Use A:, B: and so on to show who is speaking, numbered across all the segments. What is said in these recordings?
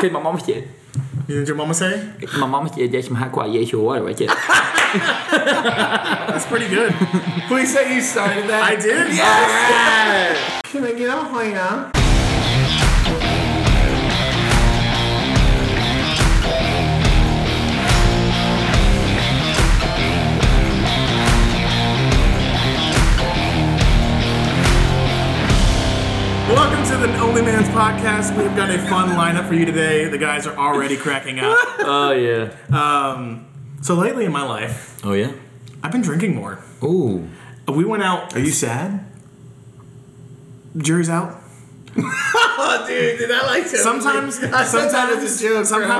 A: vind mijn mammetje.
B: You know what your mama say?
A: Mijn mammetje, deze maakt qua jeetje hoor, weet je.
B: That's pretty good.
C: Please say you started that.
B: I did.
C: Can I get off right now?
B: Welcome to the Only Man's Podcast. We've got a fun lineup for you today. The guys are already cracking up.
A: Oh yeah.
B: So lately in my life,
A: Oh yeah.
B: I've been drinking more.
A: Ooh.
B: We went out.
C: Are you sad?
B: Jury's out.
C: Oh, dude, did I like to?
B: Sometimes, sometimes, sometimes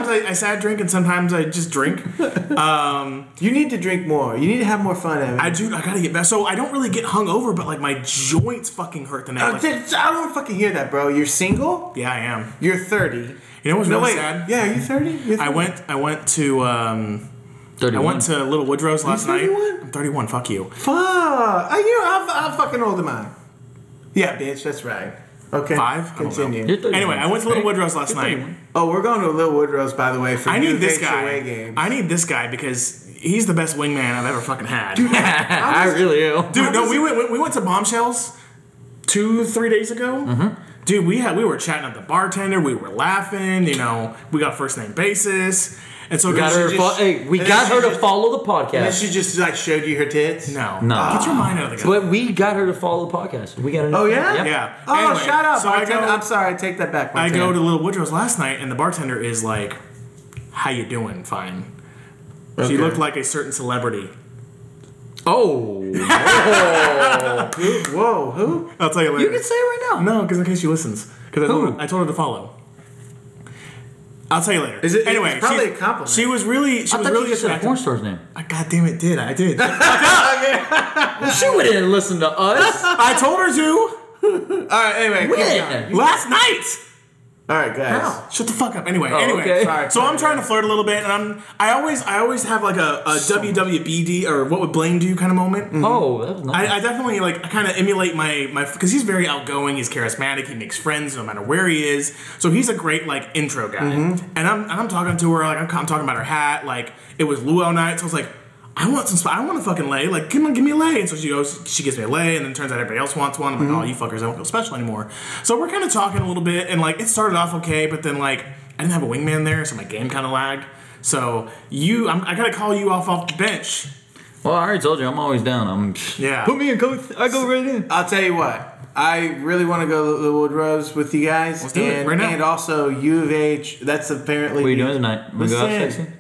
B: I, I sad drink, and sometimes I just drink.
C: you need to drink more. You need to have more fun, Evan.
B: I do. I gotta get back. So I don't really get hungover, but like my joints fucking hurt the
C: I,
B: next. Like,
C: don't- I don't fucking hear that, bro. You're single.
B: yeah, I am.
C: You're 30.
B: You know what's
C: No,
B: really
C: wait.
B: sad?
C: Yeah, are you 30? You're 30?
B: I went. I went to. Um, I
A: 31.
B: went to Little Woodrow's last night.
C: 31?
B: I'm 31. Fuck you.
C: Fuck. I, you know, I'm, I'm fucking older than mine. Yeah, bitch, that's right. Okay.
B: Five? I don't know.
C: Continue.
A: You're 31.
B: Anyway, I went to Little Woodrow's last
A: You're
B: night.
A: 31.
C: Oh, we're going to Lil Woodrow's, by the way, for
B: I
C: new
B: need this
C: HOA
B: guy.
C: Games.
B: I need this guy because he's the best wingman I've ever fucking had. Dude,
A: I really am.
B: no, we went we went to Bombshells two three days ago.
A: Mm-hmm.
B: Dude, we had we were chatting at the bartender. We were laughing. You know, we got first name basis, and so
A: got
B: she
A: her. to
B: just-
A: fo- hey, we
C: and
A: got
C: she
A: her to
C: just-
A: follow the
C: And
A: podcast.
C: she just like showed you her tits.
B: No,
A: No.
B: Get your mind out of the guy.
A: But we got her to follow the podcast. We got. a new-
C: Oh yeah.
A: Yep.
B: Yeah.
C: Oh,
B: Anyway,
C: shut up.
B: so I
C: bartender.
B: go-
C: I'm sorry. I take that back.
B: I
C: bartender.
B: go to Little Woodrow's last night, and the bartender is like, "How you doing? Fine." She
C: Okay.
B: looked like a certain celebrity.
A: Oh.
C: Whoa. Who?
B: I'll tell you later.
A: you can say it right now.
B: No, because in case she listens, because I, told
A: Who?
B: her- I told her to follow. I'll tell you later.
C: Is it-
B: anyway?
C: it's probably
B: she,
C: a compliment.
B: She was really. She
A: I
B: was
A: thought
B: really
A: you just said a
B: attractive.
A: porn star's name.
B: I goddamn it did. I did.
A: She wouldn't listen to us.
B: I told her to
C: All right. Anyway. keep going.
A: when?
B: last night.
C: All right, guys.
B: Shut the fuck up. Anyway,
A: Oh,
B: anyway.
A: okay.
C: Sorry.
B: So I'm trying to flirt a little bit, and I'm. I always, I always have like a, a WWBD or what would Blaine do kind of moment.
A: Oh, that was nice.
B: I, I definitely like I kind of emulate my my because he's very outgoing, he's charismatic, he makes friends no matter where he is. So he's a great like intro guy. And I'm and I'm talking to her like I'm, I'm talking about her hat. Like it was luau night, so I was like, I want some. sp- I want a fucking lay. Like come on, give me a lay. And so she goes, she gives me a lay, and then turns out everybody else wants one. I'm like, oh, you fuckers, I don't feel special anymore. So we're kind of talking a little bit, and like it started off okay, but then like I didn't have a wingman there, so my game kind of lagged. So you, I'm, I gotta call you off off the bench.
A: well, I already told you I'm always down. I'm.
B: Yeah.
A: me in, coach. I go right in.
C: I'll tell you what. I really want to go to the Woodrow's with you guys.
B: Let's do it
C: and,
B: right now.
C: And also U of H. That's apparently.
A: What are you doing tonight? We go out
C: Listen.
A: sexy.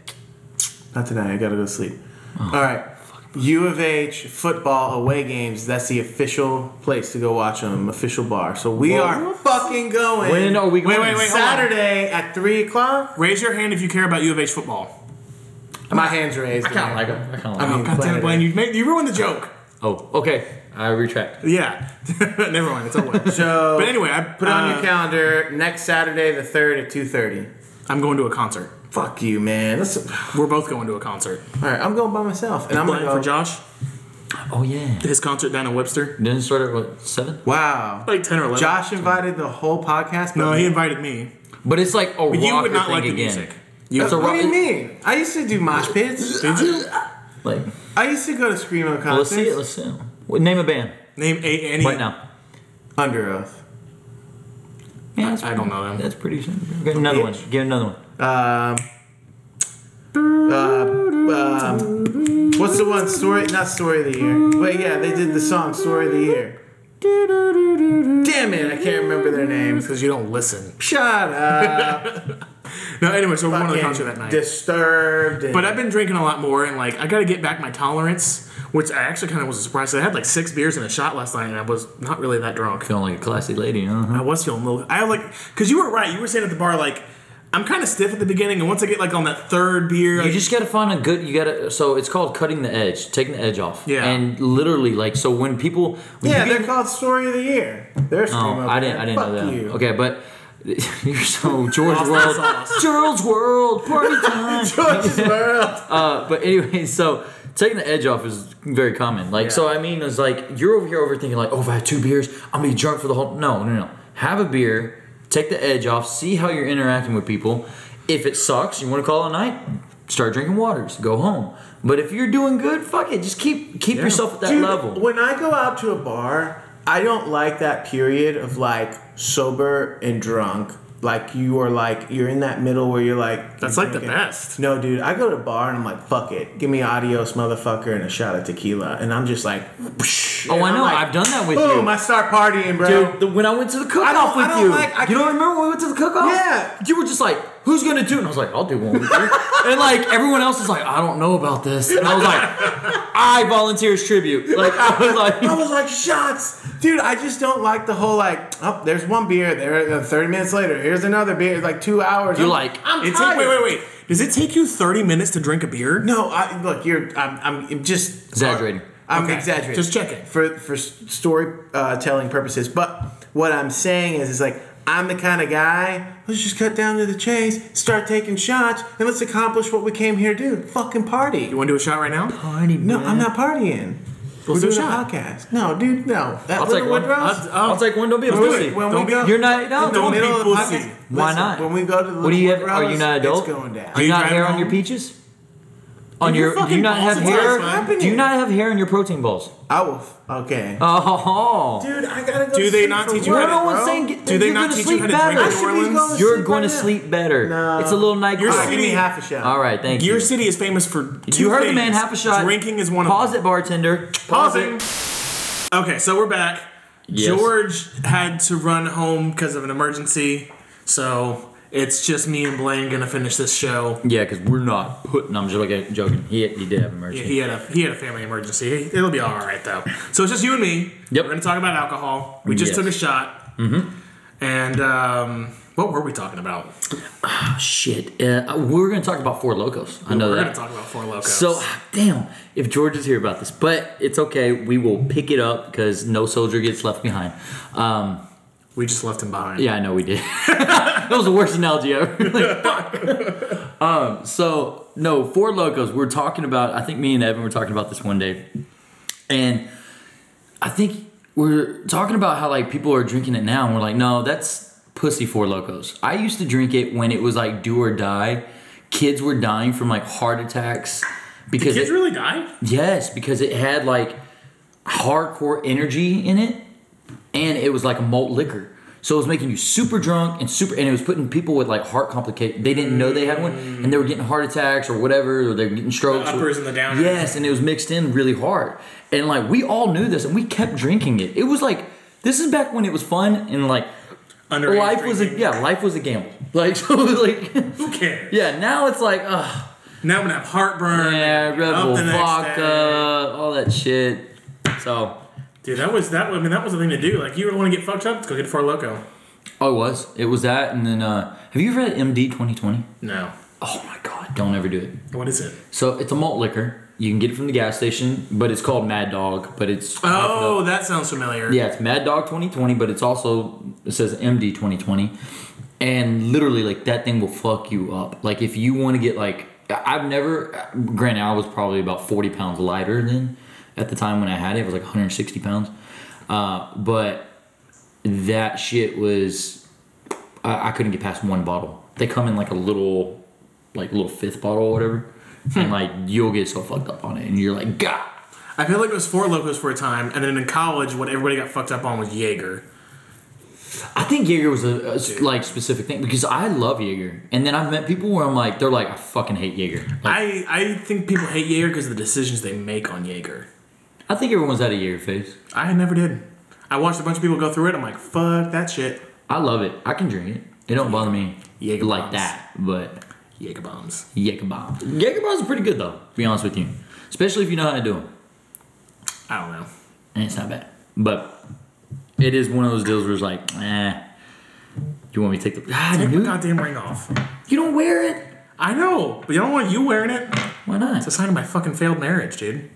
C: Not tonight. I gotta go to sleep.
A: Oh.
C: All right. U of H football away games. That's the official place to go watch them. Official bar. So we are fucking going.
A: When are we
B: Wait,
A: going?
B: wait, wait, hold on.
C: Saturday at three o'clock.
B: Raise your hand if you care about U of H football.
C: My hands raised.
A: I kind of like him. I kind of like
C: I
A: him.
C: mean,
B: Oh, God damn it, Blaine, you, made, you ruined the joke.
A: Oh, okay. I retract.
B: Yeah. Never mind, it's over.
C: So
B: but uh, anyway, I
C: put it on your calendar next Saturday the third at two thirty.
B: I'm going to a concert.
C: Fuck you, man. That's, all
B: We're both going to a concert.
C: right, I'm going by myself, and I'm
B: Blaine
C: gonna go.
B: for Josh,
A: Oh yeah.
B: his concert down in Webster.
A: Didn't start at what seven?
C: Wow.
B: Like 10 or 11.
C: Josh invited the whole podcast. but
B: No, he
C: me-
B: invited me.
A: But it's like a
B: uh, But
A: rocker
B: you would not
A: thing
B: like the
A: again.
B: music.
A: It's a
C: what
A: rock-
C: do you mean? I used to do mosh pits.
B: Did you?
A: Like,
C: I used to go to screamo
A: well, let's
C: concerts.
A: see it. Let's see it. What- Name a band
B: Name a, any.
A: right now.
C: Under oath.
A: Yeah, that's
B: I don't know them.
A: That's pretty soon. Okay, another one. Get another one.
C: Um. Uh, um, what's the one story? Not story of the year, but yeah, they did the song "Story of the Year." Damn it, I can't remember their names.
B: Because you don't listen.
C: Shut up.
B: No, anyway, so we're going to the
C: Fucking
B: concert that night.
C: Disturbed. and-
B: But I've been drinking a lot more, and like I got to get back my tolerance, which I actually kind of was surprised. I had like six beers and a shot last night, and I was not really that drunk.
A: Feeling like a classy lady. Uh-huh.
B: I was feeling a little. I like because you were right. You were saying at the bar like I'm kind of stiff at the beginning, and once I get like on that third beer,
A: You
B: like,
A: just gotta find a good. You gotta. So it's called cutting the edge, taking the edge off.
B: Yeah.
A: And literally, like, so when people, when
C: yeah,
A: you get-
C: they're called Story of the Year. They're
A: Oh,
C: screamo.
A: I didn't. I didn't
C: Fuck
A: know that.
C: You.
A: Okay, but you're so George World. George World party time.
C: George's World.
A: Uh, but anyway, so taking the edge off is very common. Like, so I mean, it's like you're over here overthinking, like, oh, if I have two beers, I'm gonna be drunk for the whole. No, no, no. Have a beer, Take the edge off. See how you're interacting with people. If it sucks, you want to call it a night. Start drinking waters. Go home. But if you're doing good, fuck it. Just keep keep yourself at that
C: Dude,
A: level.
C: When I go out to a bar, I don't like that period of like sober and drunk. Like you are like you're in that middle where you're like
B: That's
C: you're
B: like the best.
C: No, dude, I go to a bar and I'm like, fuck it, give me adios, motherfucker, and a shot of tequila, and I'm just like,
A: oh,
C: and
A: I
C: I'm
A: know.
C: like,
A: I've done that with you.
C: boom, I start partying, bro.
A: Dude, the, when I went to the
C: I
A: cook
C: don't-
A: off
C: I
A: with
C: don't
A: you,
C: like- I
A: you don't
C: can't-
A: remember when we went to the cook off?
C: Yeah.
A: You were just like, who's gonna do it? And I was like, I'll do one with you. and like everyone else was like, I don't know about this. And I was like, I volunteer as tribute. Like I was
C: I
A: like
C: was like, shots, dude. I just don't like the whole like, oh, there's one beer. There, uh, thirty minutes later, here's another beer. It's like two hours.
A: You're
C: I'm-
A: like,
C: I'm
B: It
C: tired.
B: take, wait, wait, wait. Does it take you 30 minutes to drink a beer?
C: No, I look. You're. I'm. I'm just uh,
A: Exaggerating.
C: I'm
B: Okay,
C: exaggerating.
B: just checking.
C: for for s- story uh, telling purposes. But what I'm saying is, is like I'm the kind of guy. Let's just cut down to the chase. Start taking shots, and let's accomplish what we came here to do. Fucking party.
B: You want to do a shot right now?
A: Party,
C: No,
A: man.
C: I'm not partying. We're
B: do a
C: doing a
B: shot.
C: podcast. No, dude, no. That
A: I'll take
C: Little
A: one.
C: Woodrow's-
A: I'll, I'll take one. Don't be a
C: Let's do
A: pussy.
C: it. Oh. When
B: Don't
C: we
B: be-
C: go,
A: You're not. No,
C: in
B: Don't be
C: middle of the
B: pussy.
C: podcast-
A: Why
C: Listen,
A: not?
C: When we go to the
A: What do you have?
C: Little
A: Are you
C: Woodrow's,
A: not an adult?
C: It's going down.
A: Do you
B: Are you
A: not hair
B: driving
A: on your
B: home?
A: peaches? On
B: Your
A: your, do you
B: fucking
A: not have
B: balls
A: hair?
B: are
C: happening.
A: Do you not have hair on your protein balls?
C: I will. f- Okay.
A: Oh,
C: Dude, I gotta go.
B: Do they
C: sleep
B: not
C: for
B: teach you
C: work,
B: how to-
A: no one's
C: bro.
A: saying get,
B: Do they
A: you're
B: not
A: gonna
B: teach
A: sleep
B: you how to
A: better.
B: drink
C: I
B: in New
C: should be
B: Orleans?
C: going-
A: You're
C: Sleep
A: going to
C: right now.
A: sleep better.
C: No.
A: It's a little night.
B: You're
A: call.
C: Alright, give me
B: City-
C: half a shot.
A: All right, thank you.
B: Your city is famous for two
A: you heard the
B: things.
A: man. Half a shot.
B: Drinking is one
A: Pause
B: of them.
A: it, bartender.
B: Pausing. Okay, so we're back.
A: Yes.
B: George had to run home because of an emergency, so it's just me and Blaine gonna finish this show.
A: Yeah, because we're not putting. I'm just like joking. He, he did have
B: Yeah,
A: emergency.
B: he had a he had a family emergency. It'll be all right though. So it's just you and me.
A: Yep.
B: We're gonna talk about alcohol. We just
A: Yes.
B: took a shot. Mm-hmm. And um, what were we talking about?
A: Oh, shit. Uh, we're gonna talk about four locos. I know
B: we're
A: that.
B: gonna talk about Four Locos.
A: So damn, if George is here about this, but it's okay. We will pick it up because no soldier gets left behind. Um,
B: we just left him behind.
A: yeah, I know we did. that was the worst analogy ever. Like, fuck. um, so no, four locos. We're talking about. I think me and Evan were talking about this one day, and I think we're talking about how like people are drinking it now, and we're like, no, that's pussy for locos. I used to drink it when it was like do or die. Kids were dying from like heart attacks because
B: Kids
A: it-
B: really died?
A: Yes, because it had like hardcore energy in it, and it was like a malt liquor. So it was making you super drunk and super, and it was putting people with like heart complications. They didn't know they had one, and they were getting heart attacks or whatever, or they were getting strokes. or-
B: uppers and the downers.
A: Yes, and it was mixed in really hard. And like we all knew this, and we kept drinking it. It was like this is back when it was fun and like
B: Underage
A: life was a
B: drinking.
A: yeah, life was a gamble. Like so, like
B: Who cares?
A: yeah. Now it's like ugh.
B: Now I'm gonna have heartburn.
A: Yeah, Red
B: up
A: Bull
B: the next day.
A: vodka, all that shit. So,
B: Dude, that was that. I mean, that was the thing to do. Like, you want to get fucked up? Let's go get Four Loco.
A: oh, it was. It was that, and then uh, have you ever had MD twenty twenty?
B: No.
A: Oh my god, don't ever do it.
B: What is it?
A: So it's a malt liquor. You can get it from the gas station, but it's called Mad Dog. But it's
B: Oh, that sounds familiar.
A: yeah, it's Mad Dog twenty twenty, but it's also it says MD twenty twenty, and literally like that thing will fuck you up. Like if you want to get like I- I've never. Granted, I was probably about forty pounds lighter then at the time when I had it. It was like one hundred sixty pounds, uh, but that shit was I, I couldn't get past one bottle. They come in like a little like little fifth bottle or whatever. And like you'll get so fucked up on it, and you're like, God,
B: I feel like it was Four Locos for a time, and then in college, what everybody got fucked up on was Jaeger.
A: I think Jaeger was a, a s- like specific thing because I love Jaeger, and then I've met people where I'm like, they're like, I fucking hate Jaeger. Like,
B: I I think people hate Jaeger because of the decisions they make on Jaeger.
A: I, think everyone's had a Jaeger phase.
B: I never did. I watched a bunch of people go through it. I'm like, fuck that shit.
A: I love it. I can drink it. It don't bother me
B: Jaeger
A: like
B: bombs.
A: that. But
B: Jaeger bombs.
A: Jaeger bombs. Jaeger bombs are pretty good though. To be honest with you, especially if you know how to do them,
B: I don't know.
A: and it's not bad. But it is one of those deals where it's like, eh. You want me to take the? Ah, I
B: Take
A: knew
B: my
A: it.
B: goddamn ring off.
A: you don't wear it.
B: I know, but you don't want you wearing it.
A: Why not?
B: It's a sign of my fucking failed marriage, dude.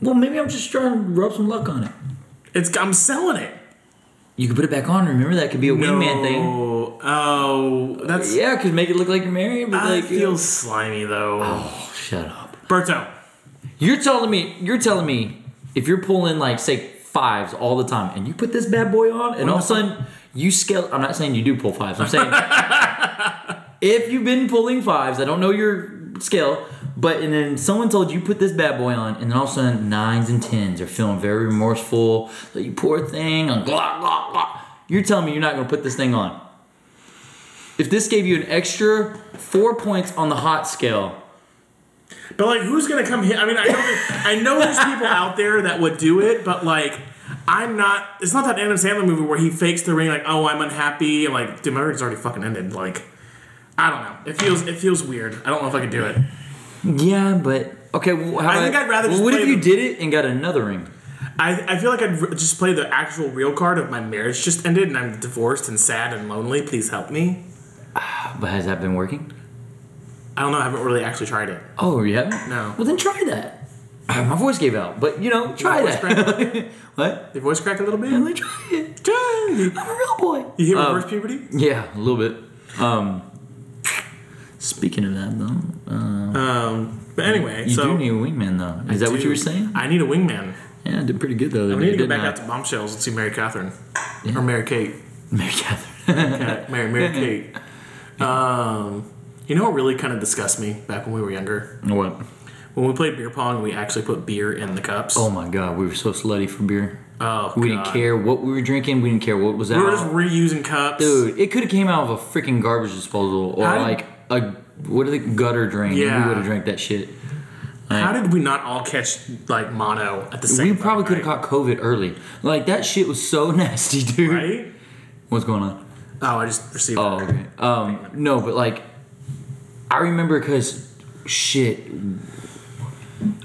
A: Well, maybe I'm just trying to rub some luck on it.
B: It's I'm selling it.
A: You can put it back on. Remember that could be a wingman thing.
B: No. Oh, that's
A: Yeah, because make it look like you're married, but
B: I
A: like
B: feel slimy though.
A: Oh, shut up.
B: Berto,
A: You're telling me. You're telling me if you're pulling like say fives all the time, and you put this bad boy on, and all of a sudden you scale. I'm not saying you do pull fives. I'm saying if you've been pulling fives, I don't know your scale, but and then someone told you put this bad boy on, and then all of a sudden nines and tens are feeling very remorseful. Like you poor thing, and blah blah blah. You're telling me you're not gonna put this thing on. If this gave you an extra four points on the hot scale,
B: But like, who's gonna come here? I mean, I know, that, I know there's people out there that would do it, but like, I'm not. It's not that Adam Sandler movie where he fakes the ring, like, oh, I'm unhappy. and, Like, dude, my marriage is already fucking ended. Like, I don't know. It feels it feels weird. I don't know if I could do it.
A: yeah, but okay. Well, how
B: I think
A: about-
B: I'd rather
A: Well,
B: just
A: what if
B: play
A: you
B: the-
A: did it and got another ring?
B: I, I feel like I'd r- just play the actual real card of my marriage just ended and I'm divorced and sad and lonely. Please help me.
A: But has that been working?
B: I don't know. I haven't really actually tried it.
A: Oh, you haven't?
B: No.
A: Well, then try that. Ah, My voice gave out, but you know, try
B: voice
A: that. what?
B: Did voice crack a little bit?
A: Then try it.
B: You
A: I'm a real boy.
B: hit
A: Um,
B: reverse puberty?
A: Yeah, a little bit. Um, speaking of that, though, uh,
B: Um, but anyway,
A: you
B: so
A: do need a wingman, though. Is that what you were
B: Dude,
A: saying?
B: I need a wingman.
A: Yeah, I did pretty good the other
B: I
A: day,
B: need to go
A: didn't
B: back
A: I?
B: out to Bombshells and see Mary Catherine or Mary Kate.
A: Mary Catherine.
B: Yeah, Mary Mary Kate. Um, you know what really kind of disgusts me back when we were younger?
A: what?
B: When we played beer pong, we actually put beer in the cups.
A: Oh my God, we were so slutty for beer.
B: Oh,
A: we
B: God.
A: didn't care what we were drinking. We didn't care what was out.
B: We were just reusing cups.
A: Dude, it could have came out of a freaking garbage disposal or
B: How did-
A: like a what are the gutter drain?
B: Yeah.
A: We would have drank that shit.
B: How did we not all catch like mono at the same?
A: We probably could
B: fucking
A: have caught COVID early. Like that shit was so nasty, dude.
B: night? Right?
A: What's going on?
B: Oh, I just received.
A: Oh, okay. Um, no, but like, I remember because shit,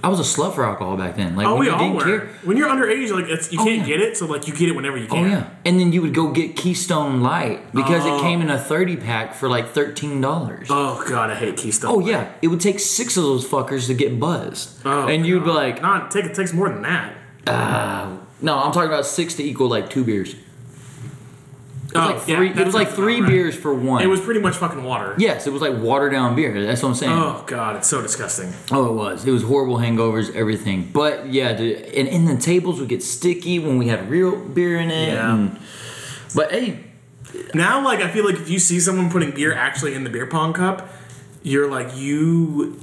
A: I was a slut for alcohol back then. Like,
B: Oh,
A: when
B: we
A: you
B: all
A: didn't
B: were.
A: care.
B: When you're underage, like it's, you
A: Oh,
B: can't
A: yeah.
B: get it, so like you get it whenever you
A: Oh
B: can.
A: yeah, and then you would go get Keystone Light because
B: Oh.
A: it came in a thirty pack for like thirteen dollars.
B: Oh god, I hate Keystone.
A: Oh yeah, it would take six of those fuckers to get buzzed,
B: Oh,
A: and you'd be
B: God.
A: like,
B: "Nah, take it takes more than that."
A: "No, I'm talking about six to equal like two beers." It was like
B: Oh, yeah,
A: three.
B: that
A: it was like
B: sounds
A: three
B: about right.
A: beers for one.
B: It was pretty much fucking water.
A: yes, it was like watered down beer. That's what I'm saying. Oh,
B: Oh god, it's so disgusting.
A: it was. It was horrible hangovers, everything. But yeah, dude, and and the tables would get sticky when we had real beer in it.
B: Yeah.
A: and- but hey,
B: Now, like, I feel like if you see someone putting beer actually in the beer pong cup, you're like, "You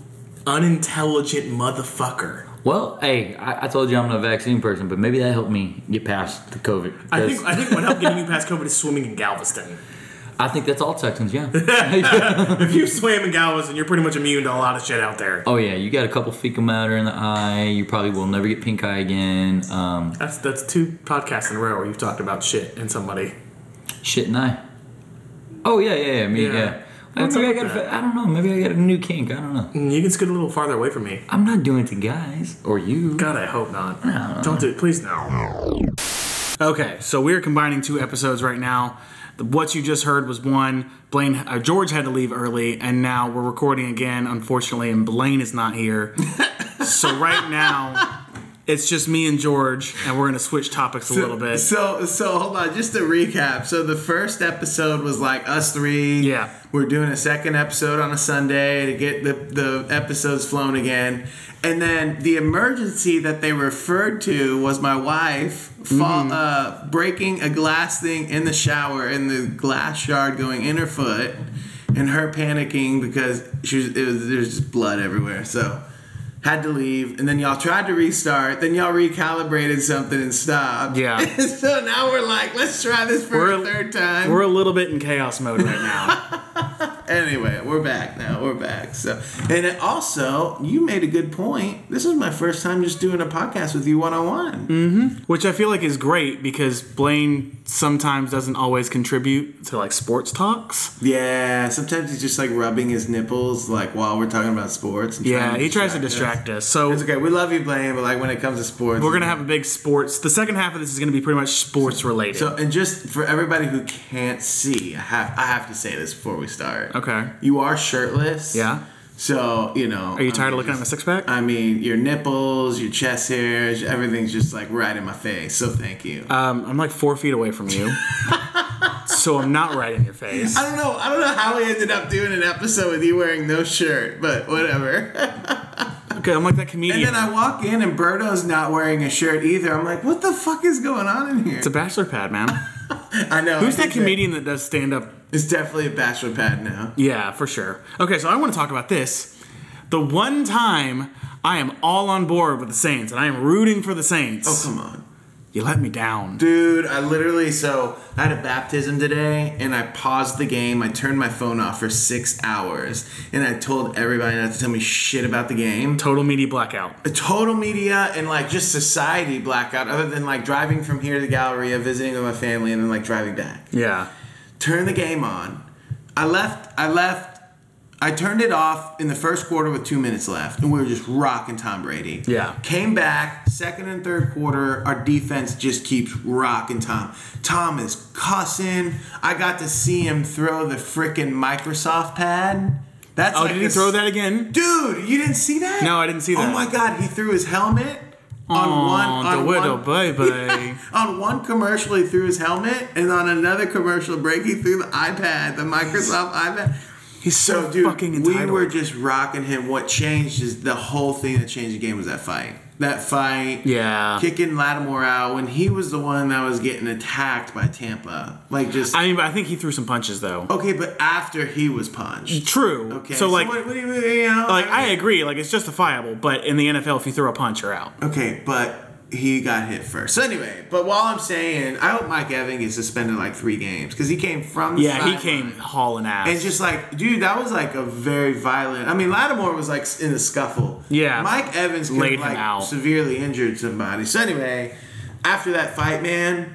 B: unintelligent motherfucker."
A: well, hey, I, I told you I'm not a vaccine person, but maybe that helped me get past the COVID.
B: I
A: 'cause
B: think I think what helped getting you past COVID is swimming in Galveston.
A: I think that's all Texans. Yeah.
B: If you swam in Galveston, you're pretty much immune to a lot of shit out there.
A: Oh yeah, you got a couple fecal matter in the eye. You probably will never get pink eye again. Um,
B: That's that's two podcasts in a row where you've talked about shit and somebody.
A: shit and eye. Oh yeah, yeah, yeah. Me,
B: Yeah.
A: yeah.
B: What's
A: maybe I
B: up
A: got.
B: with that?
A: A, I don't know. Maybe I got a new kink. I don't know.
B: Mm, You can scoot a little farther away from me.
A: I'm not doing it to guys or you.
B: God, I hope not. Don't do it, please. No.
D: Okay, so we're combining two episodes right now. The- What you just heard was one. Blaine, uh, George had to leave early, and now we're recording again, unfortunately, and Blaine is not here. so right now, it's just me and George, and we're gonna switch topics a little bit.
C: So so hold on, just to recap. So the first episode was like us three.
D: Yeah.
C: We're doing a second episode on a Sunday to get the, the episodes flown again. And then the emergency that they referred to was my wife fall,
D: Mm-hmm.
C: uh, breaking a glass thing in the shower and the glass shard going in her foot and her panicking because she was, it was there's just blood everywhere. So had to leave and then y'all tried to restart, then y'all recalibrated something and stopped.
D: Yeah.
C: so now we're like, let's try this for
D: We're-
C: a third time.
D: We're a little bit in chaos mode right now.
C: Anyway, we're back now. We're back. So, and it also, you made a good point. This is my first time just doing a podcast with you one
D: Mm.
C: on one.
D: Which I feel like is great because Blaine sometimes doesn't always contribute to like sports talks.
C: Yeah. Sometimes he's just like rubbing his nipples, like while we're talking about sports. and
D: Yeah,
C: trying
D: he tries to
C: us.
D: distract us. So
C: It's okay. We love you, Blaine, but like when it comes to sports,
D: we're gonna have a big sports. The second half of this is gonna be pretty much sports related.
C: So, and just for everybody who can't see, I have I have to say this before we start.
D: Okay.
C: You are shirtless.
D: Yeah.
C: So you know.
D: Are you tired of looking at my six
B: Uh,
D: pack?
C: I mean, your nipples, your chest hairs, everything's just like right in my face. So thank you.
D: Um, I'm like four feet away from you, so I'm not right in your face.
C: I don't know. I don't know how we ended up doing an episode with you wearing no shirt, but whatever.
B: Okay, I'm like that comedian.
C: And then I walk in and Berto's not wearing a shirt either. I'm like, what the fuck is going on in here?
B: it's a bachelor pad, man.
C: I know.
B: Who's that
C: I think
B: comedian that does stand up?
C: It's definitely a bachelor pad now.
B: Yeah, for sure. Okay, so I want to talk about this. The one time I am all on board with the Saints, and I am rooting for the Saints.
C: Oh, come on.
B: You let me down.
C: Dude, I literally so I had a baptism today and I paused the game. I turned my phone off for six hours and I told everybody not to tell me shit about the game.
B: Total media blackout.
C: A total media and like just society blackout, other than like driving from here to Galleria, visiting with my family, and then like driving back.
B: Yeah.
C: Turn the game on. I left I left I turned it off in the first quarter with two minutes left, and we were just rocking Tom Brady.
B: Yeah.
C: Came back, second and third quarter, our defense just keeps rocking Tom. Tom is cussing. I got to see him throw the freaking Microsoft pad. That's
B: Oh,
C: like
B: did he
C: the-
B: throw that again?
C: Dude, you didn't see that?
B: No, I didn't see that.
C: Oh my god, he threw his helmet
B: Aw,
C: on one on
B: the widow,
C: one,
B: bye-bye.
C: on one commercial he threw his helmet, and on another commercial break he threw the iPad, the Microsoft iPad.
B: He's so,
C: So, dude,
B: fucking
C: we
B: entitled.
C: were just rocking him. What changed is the whole thing that changed the game was that fight. That fight,
B: Yeah.
C: kicking Lattimore out when he was the one that was getting attacked by Tampa. Like just
B: I mean, but I think he threw some punches though.
C: okay, but after he was punched.
B: True.
C: Okay,
B: Mm. So like,
C: what, what do you, you know,
B: like I agree. Like it's justifiable, but in the NFL, if you throw a punch, you're out.
C: Okay, but he got hit first. So anyway, but while I'm saying, I hope Mike Evans is suspended like three games because he came from. The
B: Yeah, he
C: sideline.
B: came hauling ass.
C: And just like, dude, that was like a very violent. I mean, Lattimore was like in a scuffle.
B: Yeah.
C: Mike Evans could
B: Laid
C: have
B: him
C: like
B: out.
C: severely injured somebody. So anyway, after that fight, man,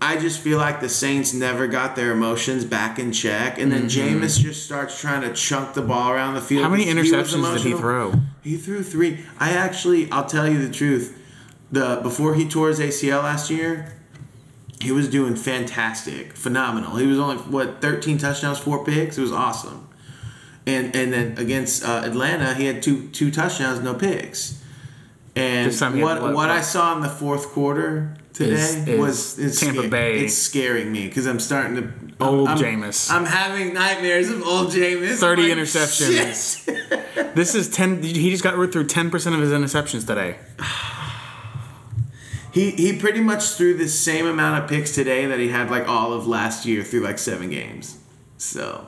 C: I just feel like the Saints never got their emotions back in check, and then Jameis just starts trying to chunk the ball around the field.
B: Mm-hmm. How many
C: He was
B: interceptions did he
C: emotional.
B: throw?
C: He threw three. I actually, I'll tell you the truth. The before he tore his ACL last year, he was doing fantastic, phenomenal. He was only what 13 touchdowns, four picks. It was awesome. And and then against uh, Atlanta, he had two two touchdowns, no picks. And
B: This time he had
C: what
B: what-
C: what I saw in the fourth quarter today
B: Is- is
C: was it's
B: Tampa Bay.
C: It's scaring me because I'm starting to
B: Old
C: I'm,
B: Jameis.
C: I'm having nightmares of old Jameis.
B: 30
C: I'm like,
B: interceptions.
C: "Shit."
B: This is ten. He just got through ten percent of his interceptions today.
C: He he pretty much threw the same amount of picks today that he had like all of last year through like seven games. So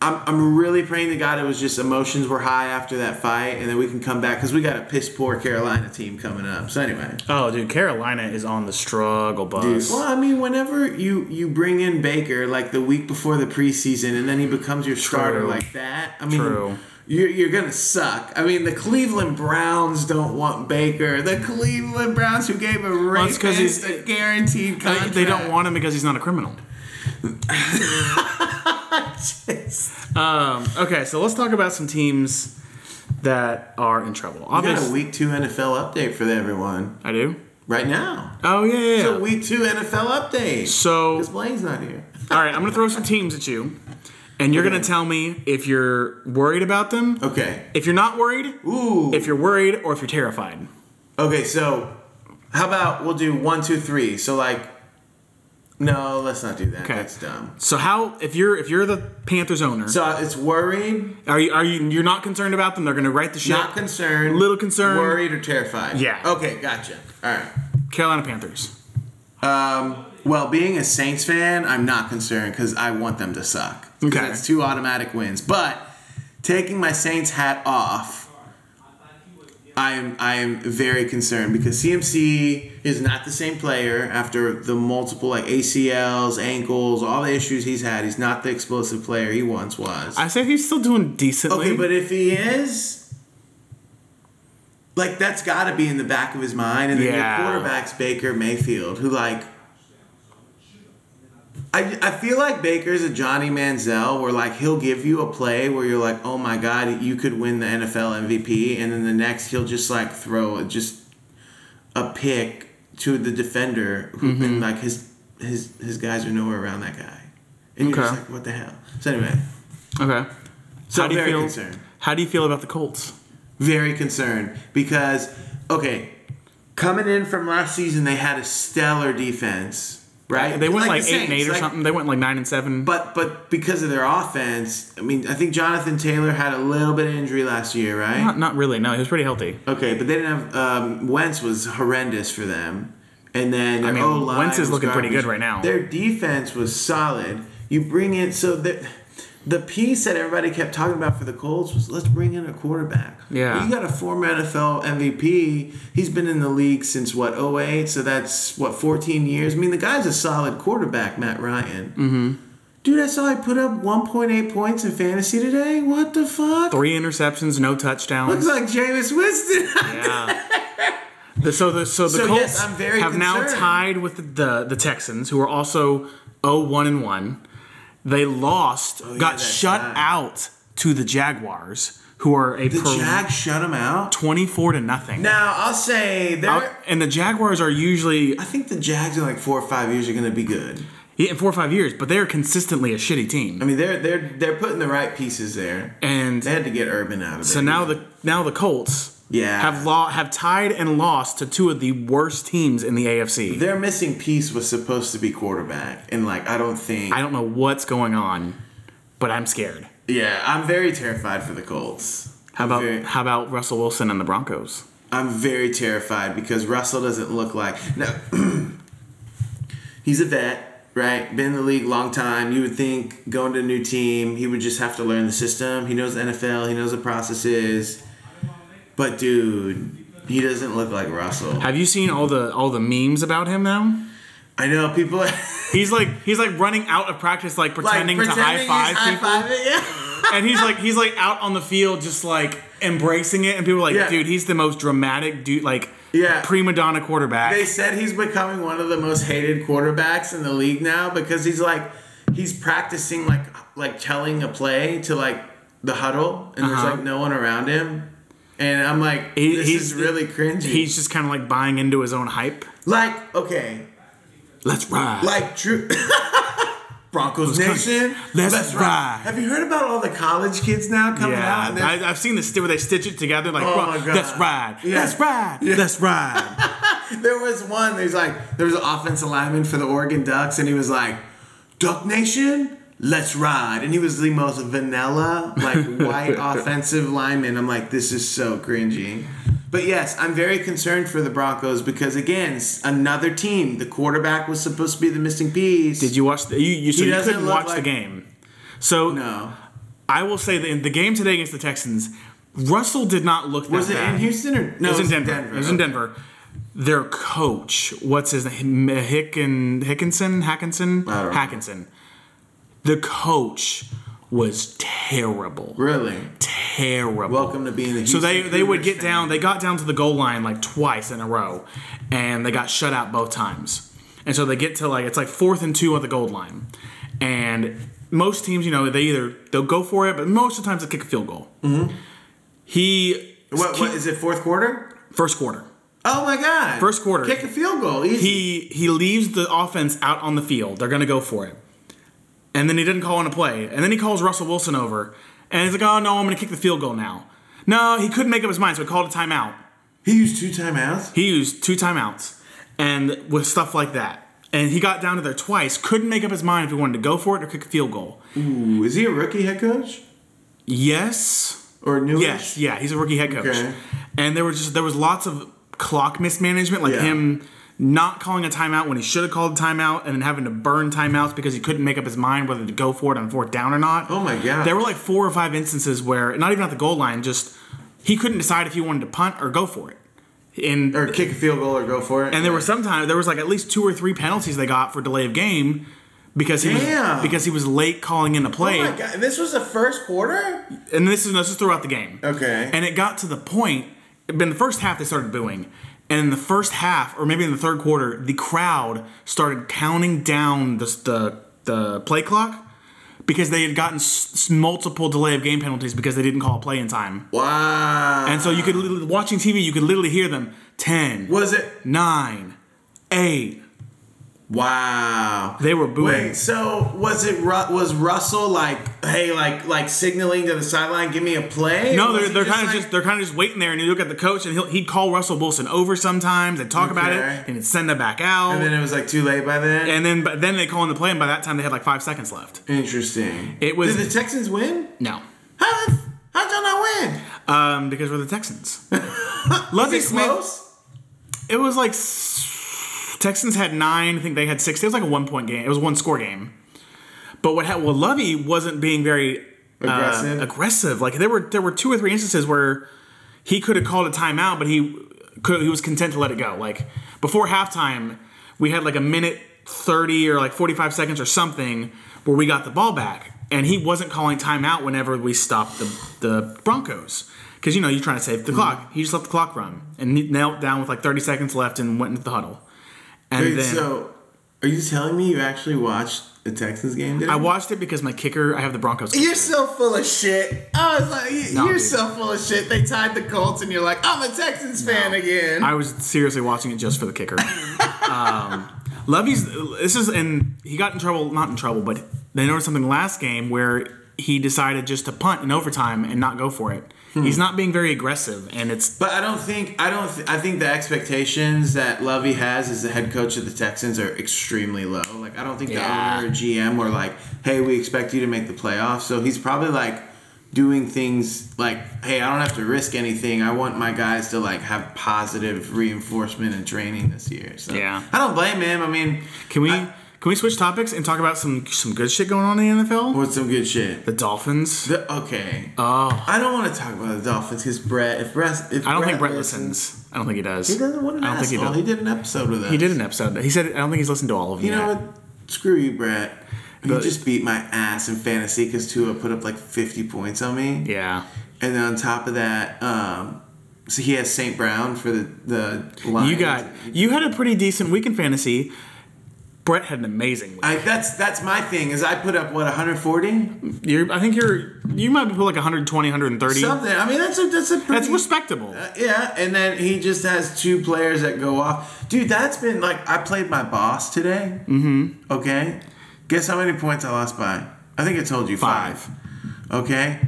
C: I'm, I'm really praying to God it was just emotions were high after that fight and then we can come back because we got a piss poor Carolina team coming up. So anyway.
B: Oh, dude, Carolina is on the struggle bus.
C: Well, I mean, whenever you you bring in Baker like the week before the preseason, and then he becomes your starter
B: True.
C: like that, I mean,
B: True.
C: you're you're gonna suck. I mean, the Cleveland Browns don't want Baker. The Cleveland Browns, who gave a
B: it's
C: raise
B: 'cause he's-
C: a guaranteed
B: They-
C: contract,
B: They don't want him because he's not a criminal. um, okay, so let's talk about some teams that are in trouble.
C: We got a
B: Obviously,
C: week two NFL update for everyone
B: I do.
C: right now.
B: Oh yeah, yeah.
C: It's a
B: yeah.
C: week two NFL update.
B: So,
C: because Blaine's not here.
B: all right, I'm gonna throw some teams at you, and you're gonna tell me if you're worried about them,
C: Okay.
B: if you're not worried,
C: Ooh.
B: if you're worried, or if you're terrified.
C: Okay, so how about we'll do one, two, three? So like, no, let's not do that.
B: Okay.
C: That's dumb.
B: So how if you're if you're the Panthers owner,
C: So it's worried,
B: are you are you you're not concerned about them? They're gonna write the shit.
C: not concerned,
B: Little concerned.
C: worried or terrified.
B: Yeah.
C: Okay, gotcha. All right.
B: Carolina Panthers.
C: Um, well, being a Saints fan, I'm not concerned because I want them to suck. 'Cause
B: Okay.
C: That's two automatic wins. But taking my Saints hat off, I am I am very concerned because CMC is not the same player after the multiple like ACLs, ankles, all the issues he's had. He's not the explosive player he once was.
B: I say he's still doing decently.
C: Okay, but if he is, like that's got to be in the back of his mind, and then
B: Yeah.
C: your quarterback's Baker Mayfield, who like. I, I feel like Baker's a Johnny Manziel where like he'll give you a play where you're like, oh my god, you could win the NFL MVP, and then the next he'll just like throw just a pick to the defender who
B: Mm-hmm.
C: and like his his his guys are nowhere around that guy, and you're
B: Okay.
C: just like, what the hell? So anyway,
B: okay.
C: so
B: how do you
C: very
B: feel?
C: concerned.
B: How do you feel about the Colts?
C: very concerned because okay, coming in from last season they had a stellar defense. right?
B: They went like,
C: the
B: eight and
C: Saints,
B: eight or
C: like-
B: something. They went like nine and seven.
C: But but because of their offense, I mean, I think Jonathan Taylor had a little bit of injury last year, right?
B: not, not really. No, he was pretty healthy.
C: Okay, but they didn't have um, Wentz was horrendous for them, and then their
B: mean,
C: O-line
B: Wentz is
C: was
B: looking pretty
C: garbage.
B: good right now.
C: Their defense was solid. You bring in so the the piece that everybody kept talking about for the Colts was let's bring in a quarterback.
B: Yeah.
C: Well, you got a former NFL MVP. He's been in the league since what 08, so that's what 14 years. I mean, the guy's a solid quarterback, Matt Ryan. Mm-hmm. Dude, I saw he put up 1.8 points in fantasy today. What the fuck?
B: Three interceptions, no touchdowns.
C: Looks like Jameis Winston.
B: Yeah. The- so the so the
C: So,
B: Colts
C: yes, I'm very
B: have now
C: concerned.
B: tied with the, the the Texans, who are also 0-1 and one. They lost, got
C: that's
B: shut
C: right.
B: out to the Jaguars, who are a
C: The
B: per-
C: Jags shut him out.
B: twenty-four to nothing.
C: Now I'll say they're.
B: Out- and the Jaguars are usually
C: I think the Jags in like four or five years are going to be good.
B: yeah, in four or five years, but they're consistently a shitty team.
C: I mean, they're they're they're putting the right pieces there.
B: And
C: They had to get Urban out of it.
B: So now the now the Colts
C: Yeah.
B: have law have tied and lost to two of the worst teams in the AFC.
C: their missing piece was supposed to be quarterback, and like I don't think.
B: I don't know what's going on, but I'm scared.
C: yeah, I'm very terrified for the Colts.
B: How
C: I'm
B: about
C: very-
B: how about Russell Wilson and the Broncos?
C: I'm very terrified because Russell doesn't look like no. he's a vet, right? Been in the league long time. You would think going to a new team, he would just have to learn the system. He knows the NFL. He knows the processes. But dude, he doesn't look like Russell.
B: Have you seen all the all the memes about him now?
C: I know people like
B: He's like he's like running out of practice, like pretending, to high
C: he's
B: five people,
C: high-fiving, yeah.
B: and he's like he's like out on the field, just like embracing it, and people are like,
C: Yeah.
B: dude, he's the most dramatic dude, like
C: Yeah.
B: prima donna quarterback.
C: They said he's becoming one of the most hated quarterbacks in the league now because he's like he's practicing like like telling a play to like the huddle and
B: Uh-huh.
C: there's like no one around him. And I'm like,
B: He-
C: this is really cringy.
B: He's just kind of like buying into his own hype.
C: like, okay,
B: Let's ride.
C: like Drew Broncos
B: country.
C: Nation.
B: Let's
C: That's
B: ride.
C: Have you heard about all the college kids now coming out?
B: yeah,
C: And they're-
B: I, I've seen the sti- where they stitch it together like,
C: Oh
B: bro,
C: my God.
B: let's ride,
C: Yeah.
B: let's ride, let's ride.
C: There was one. There's like there was an offensive lineman for the Oregon Ducks, and he was like, "Duck Nation, let's ride!" And he was the most vanilla, like white offensive lineman. I'm like, this is so cringy. But yes, I'm very concerned for the Broncos because again, s- another team. The quarterback was supposed to be the missing piece.
B: Did you watch the? You, you, so
C: He
B: you
C: doesn't
B: couldn't
C: look
B: watch the
C: like-
B: game. So
C: Oh, No.
B: I will say that in the game today against the Texans, Russell did not look. That
C: Was it
B: bad.
C: in Houston or no?
B: it was in Denver. It was in Denver. Their coach, what's his name, uh, Hick and Hickinson, Hackinson,
C: I don't know.
B: Hackinson. The coach was terrible,
C: Really?
B: terrible.
C: Welcome to being the. Houston
B: So they they would
C: Cougars
B: get
C: fan.
B: down. They got down to the goal line like twice in a row, and they got shut out both times. And so they get to like it's like fourth and two on the goal line, and most teams you know they either they'll go for it, but most of the times they kick a field goal. He
C: Mm-hmm. What, what is it? Fourth quarter?
B: first quarter.
C: Oh my God!
B: First quarter.
C: Kick a field goal. Easy.
B: He he leaves the offense out on the field. They're gonna go for it, and then he didn't call on a play, and then he calls Russell Wilson over, and he's like, oh no, I'm gonna kick the field goal now. No, he couldn't make up his mind, so he called a timeout.
C: He used two timeouts.
B: He used two timeouts and with stuff like that. And he got down to there twice, couldn't make up his mind if he wanted to go for it or kick a field goal.
C: Ooh, is he a rookie head coach
B: Yes.
C: or new?
B: Yes, yeah, he's a rookie head coach.
C: Okay.
B: And there were just there was lots of clock mismanagement, like
C: Yeah.
B: him not calling a timeout when he should have called a timeout and then having to burn timeouts because he couldn't make up his mind whether to go for it on fourth down or not.
C: Oh my god.
B: There were like four or five instances where not even at the goal line, just he couldn't decide if he wanted to punt or go for it. And
C: or kick a field goal or go for it.
B: And there were sometimes there was like at least two or three penalties they got for delay of game because he was,
C: Damn.
B: because he was late calling in a play.
C: Oh my god! This was the first quarter.
B: and this is this is throughout the game.
C: Okay.
B: And it got to the point in the first half they started booing. And in the first half, or maybe in the third quarter, the crowd started counting down the the, the play clock because they had gotten s- s- multiple delay of game penalties because they didn't call a play in time.
C: Wow.
B: And so you could li- watching TV, you could literally hear them 10,
C: was it?
B: nine, eight,
C: Wow.
B: They were booing.
C: Wait, so was it Ru- was Russell like, hey, like like signaling to the sideline, give me a play?
B: No,
C: Was
B: they're,
C: he
B: they're kind of
C: like-
B: just they're kind of just waiting there, and you look at the coach, and he'll, he'd call Russell Wilson over sometimes and talk about
C: Okay.
B: it, and he'd send them back out,
C: And then it was like too late by then.
B: but then they call in the play, and by that time they had like five seconds left.
C: Interesting.
B: It was-
C: Did the Texans win?
B: No,
C: How did how y'all not win?
B: um, because we're the Texans. Lovey
C: Is it
B: Smith.
C: close?
B: It was like s- Texans had nine. I think they had six. It was like a one point game. It was a one score game. But what happened? Well, Lovey wasn't being very uh,
C: Aggressive?
B: aggressive. Like there were there were two or three instances where he could have called a timeout, but he could he was content to let it go. Like before halftime, we had like a minute thirty or like forty five seconds or something where we got the ball back, and he wasn't calling timeout whenever we stopped the the Broncos. Because you know you're trying to save the
C: Mm-hmm.
B: clock. He just let the clock run and he knelt down with like 30 seconds left and went into the huddle. And
C: Wait,
B: then
C: so are you telling me you actually watched the Texans game today?
B: I watched it because my kicker. I have the Broncos.
C: You're so full of shit. I was like, you-
B: No,
C: you're
B: dude.
C: so full of shit. They tied the Colts, and you're like, I'm a Texans fan again.
B: I was seriously watching it just for the kicker. um, Lovey's this is and he got in trouble, not in trouble, but they noticed something last game where he decided just to punt in overtime and not go for it.
C: Hmm.
B: He's not being very aggressive, and it's
C: but I don't think I don't. Th- I think the expectations that Lovey has as the head coach of the Texans are extremely low. Like I don't think
B: Yeah.
C: the owner or GM were like, "Hey, we expect you to make the playoffs." So he's probably like doing things like, "Hey, I don't have to risk anything. I want my guys to like have positive reinforcement and training this year." So
B: Yeah.
C: I don't blame him. I mean,
B: can we
C: I-
B: can we switch topics and talk about some some good shit going on in the NFL?
C: what's some good shit?
B: The Dolphins.
C: The- okay.
B: Oh.
C: I don't want to talk about the Dolphins because Brett. If Brett, if
B: I don't think Brett listens. I don't think he does.
C: he doesn't. What an
B: I don't
C: asshole!
B: think he
C: he,
B: does.
C: did an episode with us.
B: He did an episode. He said I don't think he's listened to all of them.
C: You know
B: yet.
C: what? Screw you, Brett. You
B: The-
C: just beat my ass in fantasy because Tua put up like 50 points on me.
B: Yeah.
C: And then on top of that, um, so he has St. Brown for the the Lions.
B: You got you had a pretty decent week in fantasy. Brett had an amazing week. I,
C: I, that's that's my thing is I put up what 140
B: you're, I think you're you might be like 120, 130.
C: something. I mean that's a that's a pretty,
B: That's respectable.
C: Uh, yeah, and then he just has two players that go off. Dude, that's been like I played my boss today. Mm-hmm. Okay. Guess how many points I lost by? I think I told you five.
B: Five.
C: Okay.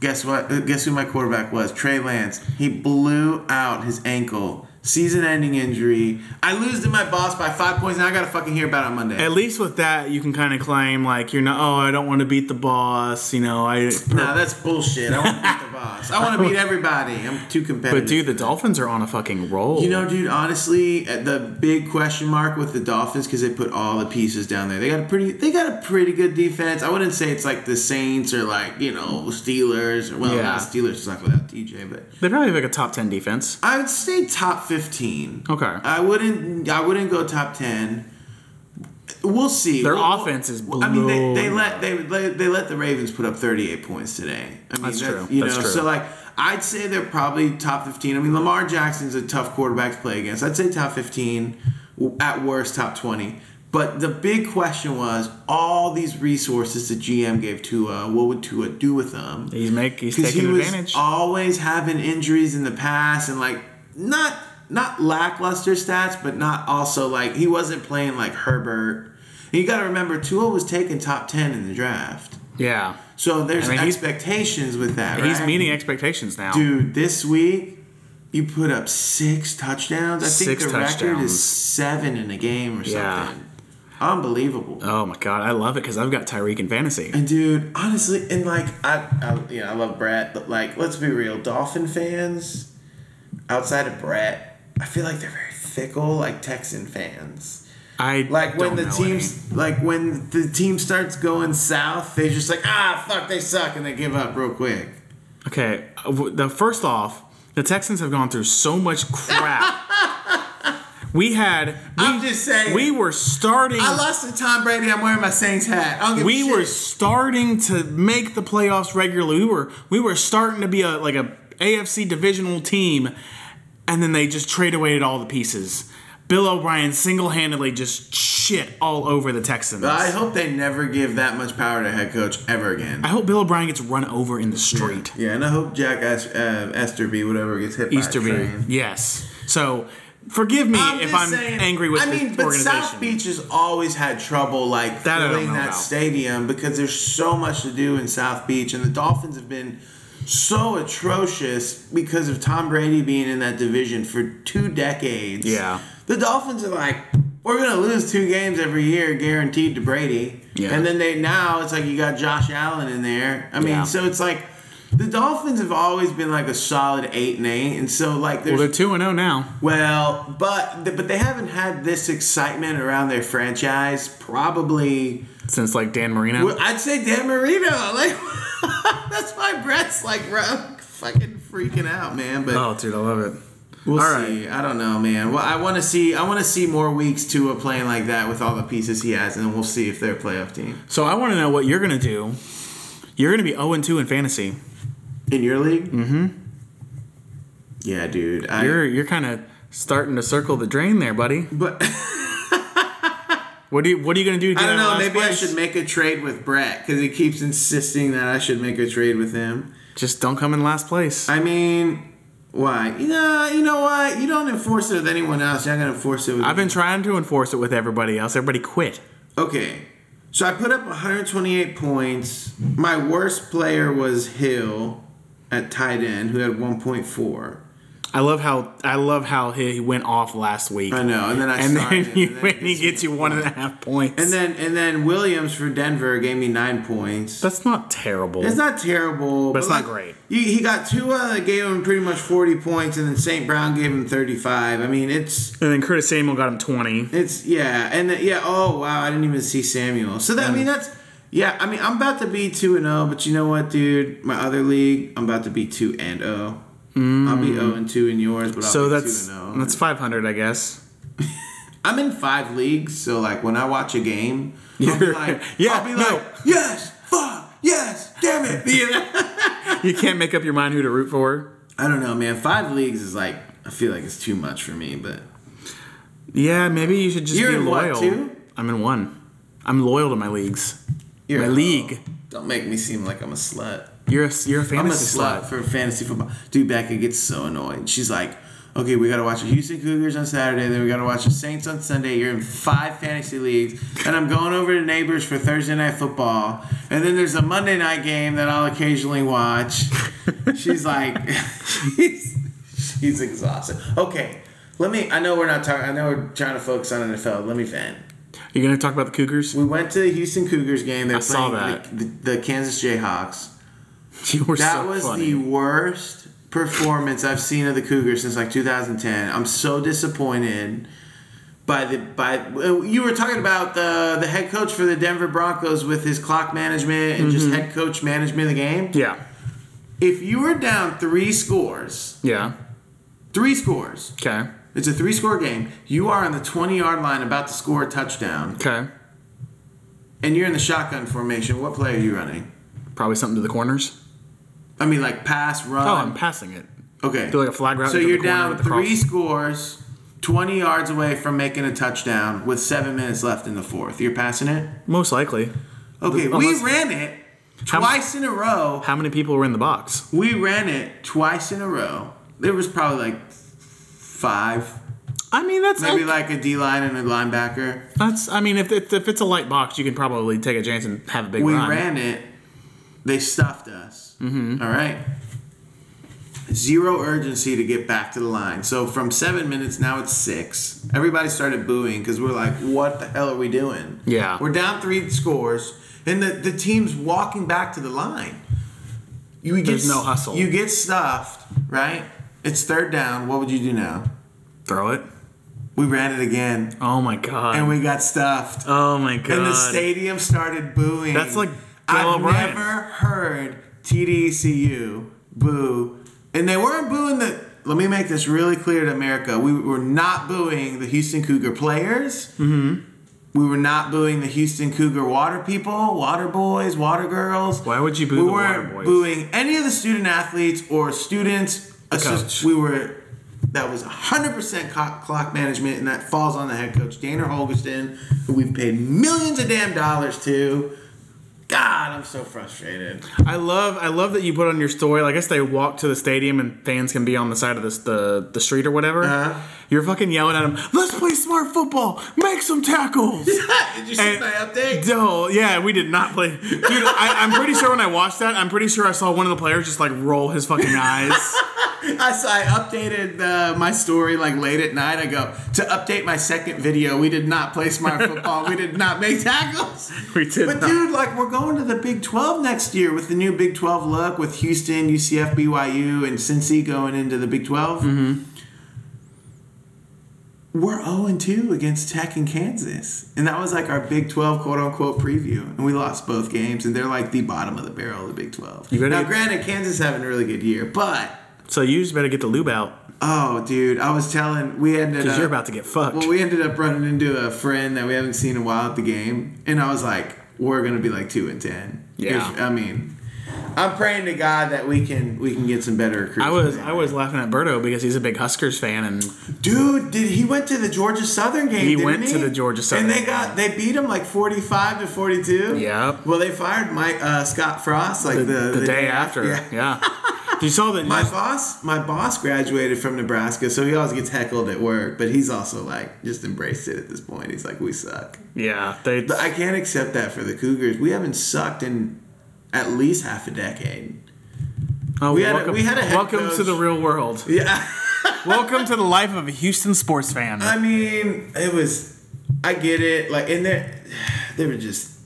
C: Guess what? uh, Guess who my quarterback was? Trey Lance. He blew out his ankle. Season-ending injury. I lose to my boss by five points, and I gotta fucking hear about it on Monday.
B: At least with that, you can kind of claim like you're not. Oh, I don't want to beat the boss. You know, I.
C: nah, that's bullshit. I want to beat the boss. I want to beat everybody. I'm too competitive.
B: But dude, the Dolphins are on a fucking roll.
C: You know, dude, honestly, uh, the big question mark with the Dolphins because they put all the pieces down there. They got a pretty, they got a pretty good defense. I wouldn't say it's like the Saints or like you know Steelers. Or, well,
B: Yeah.
C: not Steelers is not without TJ, but
B: they probably have like a top ten defense.
C: I would say top fifteen.
B: Okay.
C: I wouldn't, I wouldn't go top ten. We'll see.
B: Their
C: We'll-
B: offense is
C: I mean, they, they
B: blown
C: let they let- they let the Ravens put up 38 points today. I mean,
B: That's true.
C: You
B: That's
C: know,
B: true.
C: so like I'd say they're probably top 15. I mean, Lamar Jackson's a tough quarterback to play against. I'd say top 15, w- at worst top 20. But the big question was all these resources the GM gave Tua. What would Tua do with them?
B: He's make he's
C: because
B: taking
C: he was
B: advantage.
C: always having injuries in the past and like not not lackluster stats, but not also like he wasn't playing like Herbert. And you got to remember, Tua was taken top ten in the draft,
B: yeah,
C: so there's
B: I mean, he's-
C: expectations with that.
B: he's
C: right?
B: meeting expectations now.
C: dude. This week, you put up six touchdowns. I think
B: Six
C: the record
B: touchdowns.
C: is seven in a game or
B: Yeah.
C: something. Unbelievable.
B: Oh my god, I love it because I've got Tyreek in fantasy.
C: And dude, honestly, and like I, I you know, I love Brett, but like let's be real, Dolphin fans outside of Brett, I feel like they're very fickle, like Texan fans.
B: I
C: Like
B: don't
C: when the
B: know
C: teams, like when the team starts going south, they just like ah fuck, they suck, and they give up real quick.
B: Okay, uh, w- the first off, the Texans have gone through so much crap. we had. We,
C: I'm just saying.
B: We were starting.
C: I lost to Tom Brady. I'm wearing my Saints hat. I don't give
B: we
C: a shit.
B: were starting to make the playoffs regularly. We were we were starting to be a like a AFC divisional team, and then they just trade away all the pieces. Bill O'Brien single handedly just shit all over the Texans.
C: But I hope they never give that much power to head coach ever again.
B: I hope Bill O'Brien gets run over in the street.
C: yeah, and I hope Jack Es- uh, Esterby, whatever, gets hit by a
B: Easterby.
C: train.
B: Yes. So Forgive me
C: I'm
B: if
C: just
B: I'm
C: saying-
B: angry with
C: I
B: the
C: mean, but
B: organization.
C: South Beach has always had trouble like
B: That I don't
C: filling
B: know
C: that
B: about.
C: stadium because there's so much to do in South Beach, and the Dolphins have been so atrocious because of Tom Brady being in that division for two decades.
B: Yeah.
C: the Dolphins are like. We're gonna lose two games every year, guaranteed to Brady.
B: Yeah.
C: And then they now it's like you got Josh Allen in there. I mean,
B: Yeah.
C: so it's like the Dolphins have always been like a solid eight and eight, and so like there's
B: Well, they're two and zero now.
C: well, but but they haven't had this excitement around their franchise. Probably,
B: Since like Dan Marino,
C: well, I'd say Dan Marino. Like that's why Brett's like bro, fucking freaking out, man. But
B: oh dude, I love it.
C: we'll
B: all
C: see. I don't know, man. Well, I want to see. I want to see more weeks to a playing like that with all the pieces he has, and then we'll see if they're a playoff team
B: So I want to know what you're gonna do. You're gonna be zero and two in fantasy.
C: in your league. Mm-hmm. Yeah, dude. I,
B: You're you're kind of starting to circle the drain there, buddy.
C: but
B: What do you What are you gonna do? To get
C: I don't
B: out of
C: know.
B: last
C: Maybe I
B: place?
C: should make a trade with Brett because he keeps insisting that I should make a trade with him.
B: just don't come in last place.
C: I mean, why? You know, you know what? You don't enforce it with anyone else. You're not gonna enforce it with.
B: I've been trying to enforce it with everybody else. Everybody quit.
C: okay. So I put up 128 points. My worst player was Hill at tight end, who had 1.4.
B: I love how I love how he he went off last week.
C: I know, and then I
B: And
C: started
B: then,
C: him,
B: you,
C: and then
B: and
C: he
B: he
C: gets
B: gets you one and a half points.
C: And then and then Williams for Denver gave me nine points.
B: that's not terrible.
C: It's not terrible,
B: But it's not great.
C: You, he got two uh, that gave him pretty much 40 points, and then St. Brown gave him 35. I mean, it's
B: and then Curtis Samuel got him twenty.
C: It's yeah, and the- yeah. Oh wow, I didn't even see Samuel. So that, I mean, that's yeah. I mean, I'm about to be two and zero, but you know what, dude? My other league, I'm about to be two and zero. I'll be zero and two in yours, but I'll
B: Mm. So
C: be
B: that's
C: two and zero.
B: that's five hundred, I guess.
C: I'm in five leagues, so like when I watch a game, I'll be
B: You're-
C: like,
B: yeah,
C: I'll be
B: no.
C: like, yes, fuck, yes, damn it. You know?
B: You can't make up your mind who to root for.
C: I don't know, man. Five leagues is like I feel like it's too much for me, but
B: Yeah, maybe you should just
C: You're
B: be
C: in what,
B: loyal.
C: two?
B: I'm in one. I'm loyal to my leagues.
C: you're
B: My
C: a-
B: league.
C: Don't make me seem like I'm a slut.
B: You're a you're a
C: I'm a
B: fantasy
C: slut for fantasy football. Dude, Becca gets so annoyed. She's like, okay, we gotta watch the Houston Cougars on Saturday, then we gotta watch the Saints on Sunday. You're in five fantasy leagues, and I'm going over to neighbors for Thursday night football, and then there's a Monday night game that I'll occasionally watch. she's like, she's, she's exhausted. Okay, let me. I know we're not talking. I know we're trying to focus on NFL. Let me vent.
B: You're gonna talk about the Cougars?
C: We went to the Houston Cougars game. They're
B: I saw
C: playing
B: that.
C: The, the, the Kansas Jayhawks.
B: You were
C: That
B: so
C: was
B: funny.
C: the worst performance I've seen of the Cougars since like 2010. I'm so disappointed by the by. You were talking about the the head coach for the Denver Broncos with his clock management and
B: Mm-hmm.
C: just head coach management of the game.
B: yeah,
C: If you were down three scores,
B: yeah.
C: three scores,
B: Okay,
C: it's a three score game. You are on the 20 yard line about to score a touchdown,
B: okay.
C: and you're in the shotgun formation. What play are you running?
B: Probably something to the corners.
C: I mean, like pass, run.
B: Oh, I'm passing it.
C: Okay.
B: Do like a flag route
C: Uh, So
B: into the
C: you're
B: corner
C: down
B: with the
C: three
B: cross.
C: scores, 20 yards away from making a touchdown with seven minutes left in the fourth. You're passing it?
B: Most likely.
C: Okay,
B: Unless-
C: we ran it
B: How-
C: twice in a row.
B: How many people were in the box?
C: We ran it twice in a row. There was probably like five,
B: I mean, that's
C: maybe like a D line and a linebacker.
B: that's. I mean, if, if if it's a light box, you can probably take a chance and have a big
C: We
B: run.
C: ran it. They stuffed us.
B: Mm-hmm.
C: All right. Zero urgency to get back to the line. So from seven minutes, now it's six. Everybody started booing because we're like, what the hell are we doing?
B: Yeah.
C: We're down three scores, and the, the team's walking back to the line. You get
B: There's no hustle.
C: You get stuffed, right? It's third down. What would you do now?
B: Throw it.
C: We ran it again,
B: Oh my god.
C: and we got stuffed.
B: oh my god.
C: And the stadium started booing.
B: That's like
C: I've
B: Bill O'Brien.
C: never heard TDCU boo, and they weren't booing the. Let me make this really clear to America: we were not booing the Houston Cougar players. Mm-hmm. We were not booing the Houston Cougar water people, water boys, water girls.
B: Why would you boo
C: we
B: the water
C: weren't
B: boys?
C: booing any of the student athletes or students. Assist-
B: coach.
C: we were. That was 100% co- clock management, and that falls on the head coach, Dana Holgerston, who we've paid millions of damn dollars to. God, I'm so frustrated.
B: I love I love that you put on your story. Like, I guess they walk to the stadium and fans can be on the side of this the the street or whatever.
C: Uh-huh.
B: You're fucking yelling at them. Let's play smart football. Make some tackles.
C: Did you see
B: And-
C: my update?
B: No, yeah, we did not play. Dude, I, I'm pretty sure when I watched that, I'm pretty sure I saw one of the players just like roll his fucking eyes.
C: I, saw, I updated uh, my story like late at night. I go to update my second video. We did not play smart football. we did not make tackles.
B: We did
C: But
B: not.
C: dude, like we're going to the Big Twelve next year with the new Big Twelve look with Houston, UCF, BYU, and Cincy going into the Big 12 Mm-hmm. We're 0 2 against Tech and Kansas. And that was like our Big 12 quote unquote preview. And we lost both games, and they're like the bottom of the barrel of the Big 12.
B: You ready?
C: Now, granted, Kansas having a really good year, but
B: so you just better get the lube out
C: Oh, dude, I was telling we ended
B: because
C: up.
B: you're about to get fucked.
C: Well, we ended up running into a friend that we haven't seen in a while at the game, and I was like, "We're gonna be like two and ten.
B: Yeah.
C: If- I mean, I'm praying to God that we can we can get some better recruits.
B: I was
C: than
B: I was laughing at Berto because he's a big Huskers fan and
C: that. dude. Did he went to the Georgia Southern game?
B: He
C: didn't
B: went to the Georgia Southern
C: and they
B: game.
C: got they beat him like 45 to 42.
B: Yep.
C: Well, they fired Mike uh, Scott Frost like
B: the,
C: the,
B: the, day, after.
C: Yeah.
B: Yeah. you saw that
C: My boss, my boss graduated from Nebraska, so he always gets heckled at work. But he's also like just embraced it at this point. He's like, we suck.
B: Yeah, they
C: But I can't accept that for the Cougars. We haven't sucked in at least half a decade.
B: oh,
C: we had a-
B: welcome,
C: we had a head
B: welcome to
C: coach-
B: the real world.
C: Yeah,
B: welcome to the life of a Houston sports fan.
C: I mean, it was. I get it. Like, and they they were just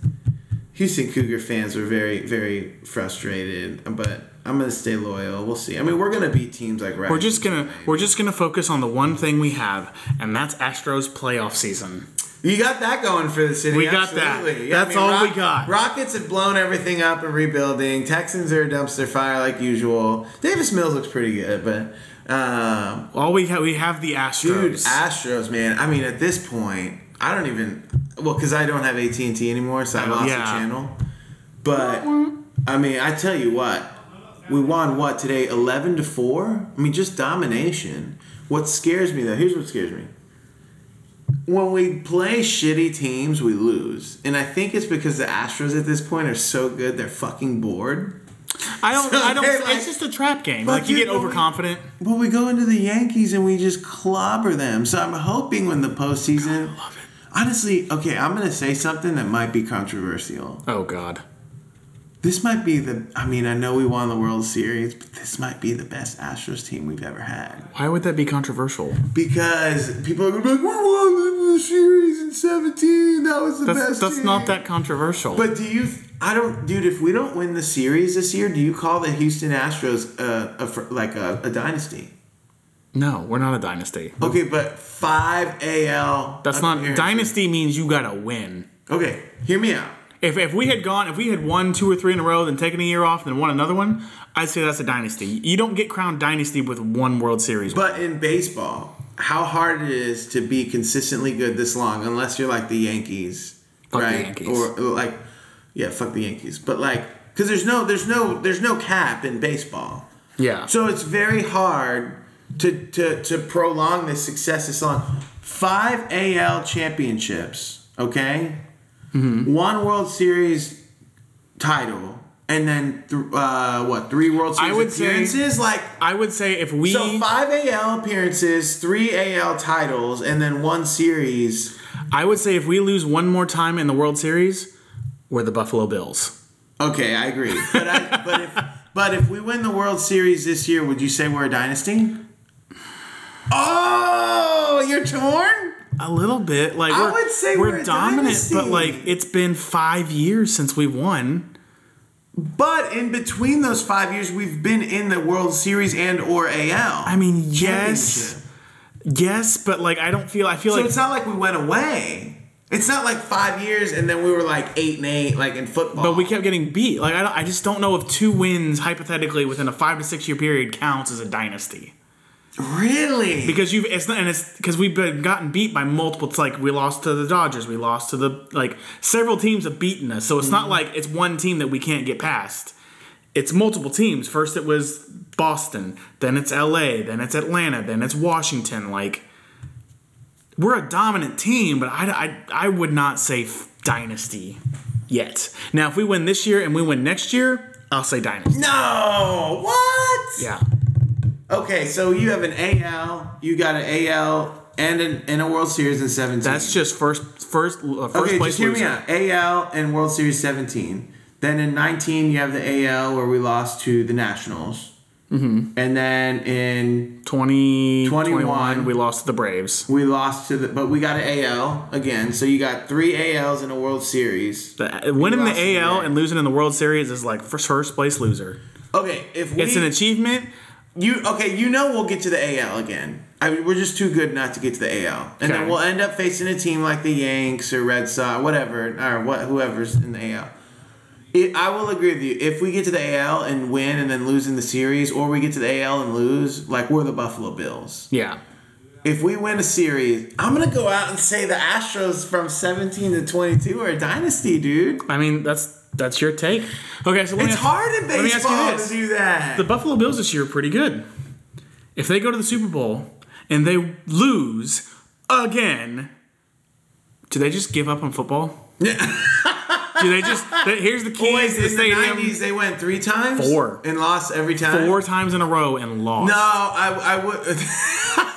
C: Houston Cougar fans were very very frustrated. But I'm gonna stay loyal. We'll see. I mean, we're gonna beat teams like
B: We're just gonna we're just gonna focus on the one thing we have, and that's Astros playoff season.
C: You got that going for the city.
B: We got that.
C: absolutely.
B: That's all we got.
C: Rockets have blown everything up and rebuilding. Texans are a dumpster fire like usual. Davis Mills looks pretty good, but um,
B: All we have we have the Astros.
C: dude, Astros, man. I mean, at this point, I don't even well because I don't have AT and T anymore, so I lost
B: yeah.
C: the channel. But I mean, I tell you what, we won what today, eleven to four. I mean, just domination. What scares me though? Here's what scares me. When we play shitty teams, we lose, and I think it's because the Astros at this point are so good they're fucking bored.
B: I don't I don't
C: They're like-
B: it's just a trap game.
C: But
B: Like you get
C: dude, but we-
B: overconfident.
C: Well, we go into the Yankees and we just clobber them. So I'm hoping when the postseason. Honestly, okay, I'm gonna say something that might be controversial.
B: Oh god.
C: This might be the. I mean, I know we won the World Series, but this might be the best Astros team we've ever had
B: Why would that be controversial?
C: because people are gonna be like, "We won the series in '17. That was the
B: That's
C: best."
B: that's
C: team."
B: not that controversial.
C: But do you? I don't, dude. If we don't win the series this year, do you call the Houston Astros uh, a, fr- like a, a dynasty?
B: no, we're not a dynasty.
C: Okay, but five AL.
B: That's not
C: appearances.
B: dynasty means you gotta win.
C: Okay, hear me out.
B: If, if we had gone, if we had won two or three in a row, then taken a year off, then won another one, I'd say that's a dynasty. You don't get crowned dynasty with one World Series.
C: But in baseball, how hard it is to be consistently good this long, unless you're like the Yankees,
B: Fuck the
C: right?
B: Yankees.
C: Or like, yeah, fuck the Yankees. But like, because there's no, there's no, there's no cap in baseball.
B: yeah.
C: So it's very hard to to to prolong this success this long. Five AL championships, okay,
B: Mm-hmm.
C: one World Series title, and then th- uh, what? Three World
B: I
C: Series
B: would say-
C: appearances, like.
B: I would say if we
C: So five AL appearances, three AL titles, and then one series.
B: I would say if we lose one more time in the World Series, we're the Buffalo Bills.
C: Okay, I agree. But I, but if but if we win the World Series this year, would you say we're a dynasty? Oh, you're torn.
B: A little bit, like
C: I
B: we're,
C: would say
B: we're,
C: we're a
B: dominant, but
C: dynasty.
B: like it's been five years since we won.
C: But in between those five years, we've been in the World Series and or AL.
B: I mean,
C: Championship.
B: yes, yes, but like I don't feel. I feel
C: so
B: like
C: it's not like we went away. It's not like five years and then we were like eight and eight, like in football.
B: But we kept getting beat. Like I, don't- I just don't know if two wins hypothetically within a five to six year period counts as a dynasty
C: really
B: because you've it's not and it's because we've been gotten beat by multiple. It's like we lost to the Dodgers, we lost to the like several teams have beaten us. So it's
C: Mm-hmm.
B: not like it's one team that we can't get past. It's multiple teams. First it was Boston, then it's L.A., then it's Atlanta, then it's Washington. Like we're a dominant team, but I I, I would not say f- dynasty. yet. Now, if we win this year and we win next year, I'll say Dynasty.
C: No. What?
B: Yeah.
C: Okay, so you have an AL, you got an AL, and an and a World Series in seventeen.
B: That's just first first uh, first
C: okay.
B: place
C: just hear
B: loser.
C: me out. AL and World Series seventeen. Then in nineteen, you have the AL where we lost to the Nationals. Mm-hmm. And then in
B: 20,
C: 21.
B: 21, we lost to the Braves.
C: we lost to the, but we got an AL again. So you got three ALs in a World Series.
B: The, winning
C: lost to
B: the
C: the
B: AL
C: Braves.
B: and losing in the World Series is like first, first place loser.
C: Okay, if we
B: It's an achievement.
C: You okay? You know we'll get to the AL again. I mean, we're just too good not to get to the AL, and
B: Okay.
C: then we'll end up facing a team like the Yanks or Red Sox, whatever, or what, whoever's in the AL. It, I will agree with you. If we get to the AL and win, and then lose in the series, or we get to the AL and lose, like we're the Buffalo Bills.
B: Yeah.
C: If we win a series, I'm gonna go out and say the Astros from 17 to 22 are a dynasty, dude.
B: I mean, that's that's your take. Okay, so let me
C: It's
B: ask-
C: hard in
B: let me ask you
C: baseball to
B: this.
C: do that.
B: The Buffalo Bills this year are pretty good. If they go to the Super Bowl and they lose again, do they just give up on football? do they just? They, here's the key:
C: Boys,
B: is the
C: in the
B: stadium
C: 90s, they went three times,
B: Four.
C: and lost every time.
B: four times in a row and lost.
C: No, I, I would.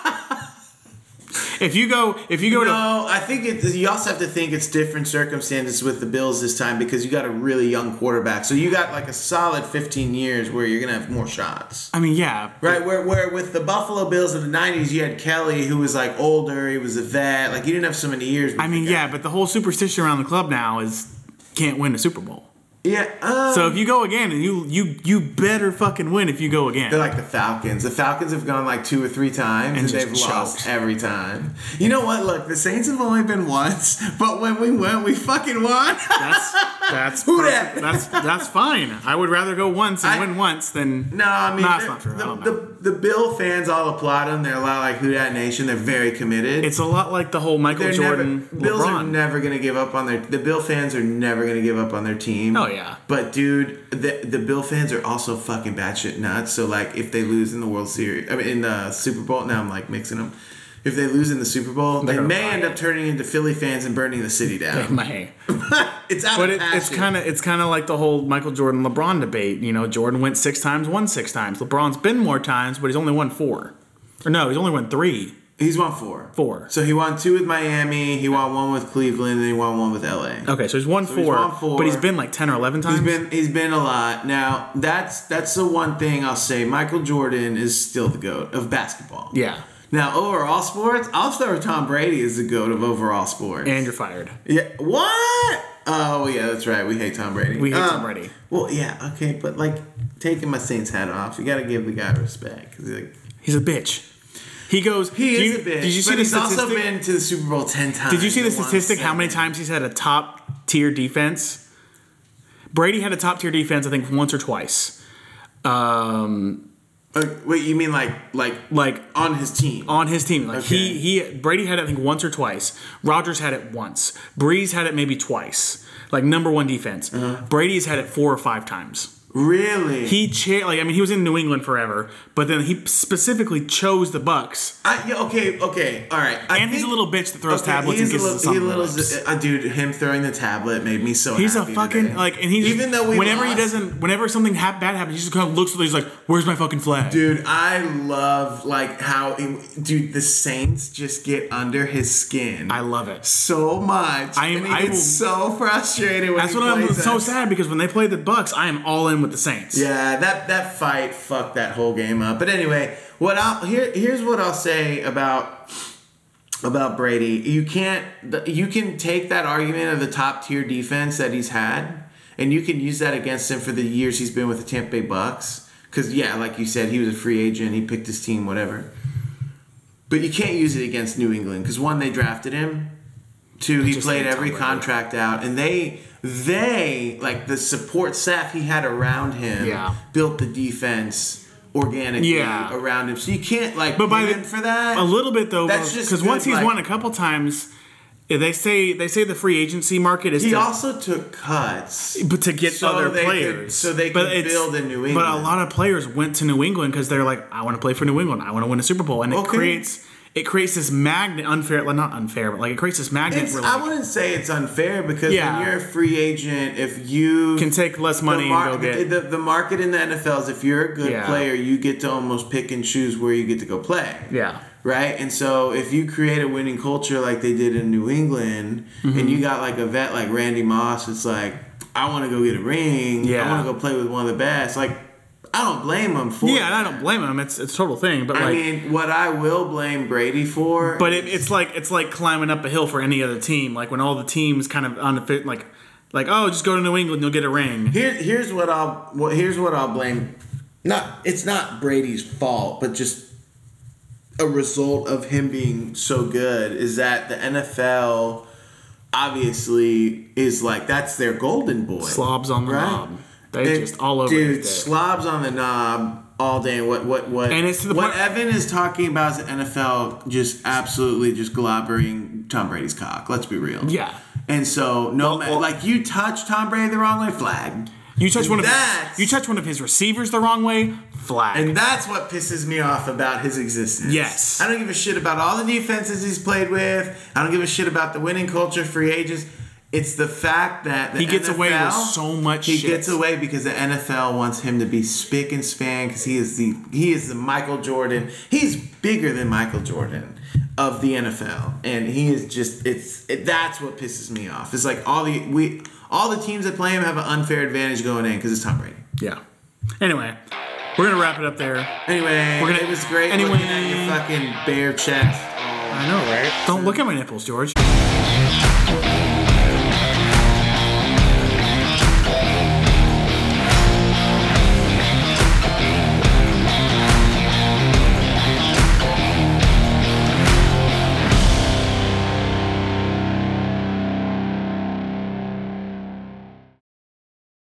B: If you go, if you go to
C: no, I think it, you also have to think it's different circumstances with the Bills this time because you got a really young quarterback. So you got like a solid 15 years where you're going to have more shots.
B: I mean, yeah,
C: Right, where, where with the Buffalo Bills of the 90s, you had Kelly who was like older, he was a vet. Like you didn't have so many years. with
B: I mean,
C: the guy.
B: yeah, but the whole superstition around the club now is can't win the Super Bowl.
C: Yeah. um,
B: So if you go again, and you you you better fucking win if you go again.
C: They're like the Falcons. The Falcons have gone like two or three times, and,
B: just
C: they've lost
B: choked.
C: every time. You know what? Look, the Saints have only been once, but when we went, we fucking won.
B: That's that's
C: Who
B: perfect.
C: dat?
B: that's that's fine. I would rather go once and
C: I-
B: win once than
C: No, I mean,
B: Nah, it's
C: the-
B: not true. I
C: The,
B: don't know.
C: the, the Bill fans all applaud them. They're a lot like Who Dat Nation. They're very committed.
B: It's a lot like the whole Michael
C: they're
B: Jordan
C: never, Bills are
B: LeBron.
C: never going to give up on their. The Bill fans are never going to give up on their team.
B: Oh, yeah.
C: But dude, the the Bill fans are also fucking batshit nuts. So like, if they lose in the World Series, I mean in the Super Bowl, now I'm like mixing them. If they lose in the Super Bowl, they
B: gonna
C: may
B: riot.
C: end up turning into Philly fans and burning the city down.
B: May.
C: it's out
B: But
C: of
B: it, it's
C: passion.
B: kind of it's kind of like the whole Michael Jordan LeBron debate. You know, Jordan went six times, won six times. LeBron's been more times, but he's only won four. Or no, he's only won three.
C: He's won four.
B: Four.
C: So he won two with Miami. He won one with Cleveland, and he won one with LA.
B: Okay, so he's won,
C: he's
B: four,
C: won four.
B: but he's been like ten or eleven times.
C: He's been he's been a lot. Now that's that's the one thing I'll say. Michael Jordan is still the goat of basketball.
B: yeah,
C: Now overall sports, I'll throw Tom Brady as the goat of overall sports.
B: and you're fired.
C: yeah, what? Oh yeah, that's right. We hate Tom Brady.
B: We hate
C: Um,
B: Tom Brady.
C: Well, yeah, okay, but like taking my Saints hat off, you got to give the guy respect 'cause, like
B: He's a bitch. He goes.
C: he
B: "Do
C: is
B: you-
C: a bitch.
B: Did you see
C: but
B: the
C: he's
B: statistic?
C: also been to the Super Bowl ten times.
B: Did you see the
C: and won
B: statistic? How many
C: seven.
B: times he's had a top tier defense? Brady had a top tier defense, I think, once or twice.
C: Uh, wait, you mean like like
B: Like
C: on his team?
B: on his team, like
C: Okay.
B: he he Brady had it, I think, once or twice. Rogers had it once. Breeze had it maybe twice. Like number one defense.
C: Uh-huh.
B: Brady's had it four or five times.
C: really?
B: He cha- like I mean, he was in New England forever, but then he specifically chose the Bucks.
C: I, yeah, okay, okay, all right. I
B: And he's a
C: think-
B: little bitch that throws
C: Okay,
B: tablets
C: he
B: and
C: is a
B: kisses us
C: little-
B: on
C: he
B: the
C: little-
B: lips.
C: uh, dude, him throwing the tablet made me so.
B: He's a
C: happy
B: fucking
C: today.
B: like, and he's
C: even though we
B: whenever
C: lost,
B: he doesn't, whenever something ha- bad happens, he just kind of looks at. it, He's like, "Where's my fucking flag?"
C: Dude, I love like how it, dude the Saints just get under his skin.
B: I love it.
C: so much.
B: I am-
C: and he
B: I
C: gets
B: will-
C: so frustrated. When
B: That's
C: he
B: what I'm
C: plays
B: so
C: us.
B: sad because when they played the Bucks, I am all in with the Saints.
C: Yeah, that that fight fucked that whole game up. But anyway, what I'll here here's what I'll say about about Brady. You can't the- you can take that argument of the top tier defense that he's had, and you can use that against him for the years he's been with the Tampa Bay Bucks. Because yeah, like you said, he was a free agent. He picked his team, whatever. But you can't use it against New England because one, they drafted him. Two, he
B: just hate
C: played
B: Tom
C: every
B: Brady.
C: contract out, and they they like the support staff he had around him
B: Yeah.
C: built the defense organically
B: Yeah.
C: around him. So you can't like
B: But by
C: blame
B: the-
C: him for that
B: a little bit though,
C: That's just
B: because
C: good,
B: once he's
C: like-
B: won a couple times, eh, they say they say the free agency market is
C: He
B: to,
C: also took cuts.
B: but to get
C: so
B: other
C: they could-
B: players,
C: so they
B: But
C: could
B: it's-
C: build in New
B: But a
C: England.
B: lot of players went to New England because they're like, "I want to play for New England. I want to win a Super Bowl," and it
C: Okay.
B: creates it creates this magnet unfair, like not unfair, but like it creates this magnet
C: It's,
B: where
C: I
B: like,
C: wouldn't say it's unfair because
B: Yeah.
C: when you're a free agent, if you
B: can take less
C: the
B: money
C: mar-
B: and go get.
C: the, the market in the NFL is if you're a good
B: Yeah.
C: player, you get to almost pick and choose where you get to go play.
B: yeah.
C: Right? And so if you create a winning culture like they did in New England
B: Mm-hmm.
C: and you got like a vet like Randy Moss, it's like, I want to go get a ring. I
B: Yeah.
C: want to go play with one of the best. Like, I don't blame him for
B: Yeah, and I
C: that.
B: don't blame him. It's it's a total thing, but
C: I
B: like,
C: mean, what I will blame Brady for.
B: but it, it's like it's like climbing up a hill for any other team. Like when all the teams kind of on the fit, like like oh, just go to New England, you'll get a ring.
C: Here, here's what I'll well, here's what I'll blame. Not it's not Brady's fault, but just a result of him being so good is that the NFL obviously is like that's their golden boy.
B: Slobs on the
C: Right.
B: knob. They
C: And,
B: just all over.
C: Dude,
B: this dick.
C: slobs on the knob all day. What what what?
B: And it's to the
C: what
B: point-
C: Evan is talking about is the NFL just absolutely just globbering Tom Brady's cock. Let's be real.
B: Yeah.
C: And so no, ma-
B: well-
C: like you touch Tom Brady the wrong way, flag.
B: You touch one of
C: That's-
B: his, you touch one of his receivers the wrong way, flag.
C: And that's what pisses me off about his existence.
B: Yes.
C: I don't give a shit about all the defenses he's played with. I don't give a shit about the winning culture, free agents. It's the fact that the
B: He gets away with
C: NFL
B: so much
C: He
B: shit.
C: gets away because the NFL wants him to be spick and span because he is the he is the Michael Jordan. He's bigger than Michael Jordan of the NFL, and he is just it's it, that's what pisses me off. It's like all the we all the teams that play him have an unfair advantage going in because it's Tom Brady.
B: yeah. Anyway, we're gonna wrap it up there.
C: Anyway,
B: We're gonna-
C: it was great
B: anyway.
C: looking at your fucking bare chest.
B: I know, right? Don't look at my nipples, George.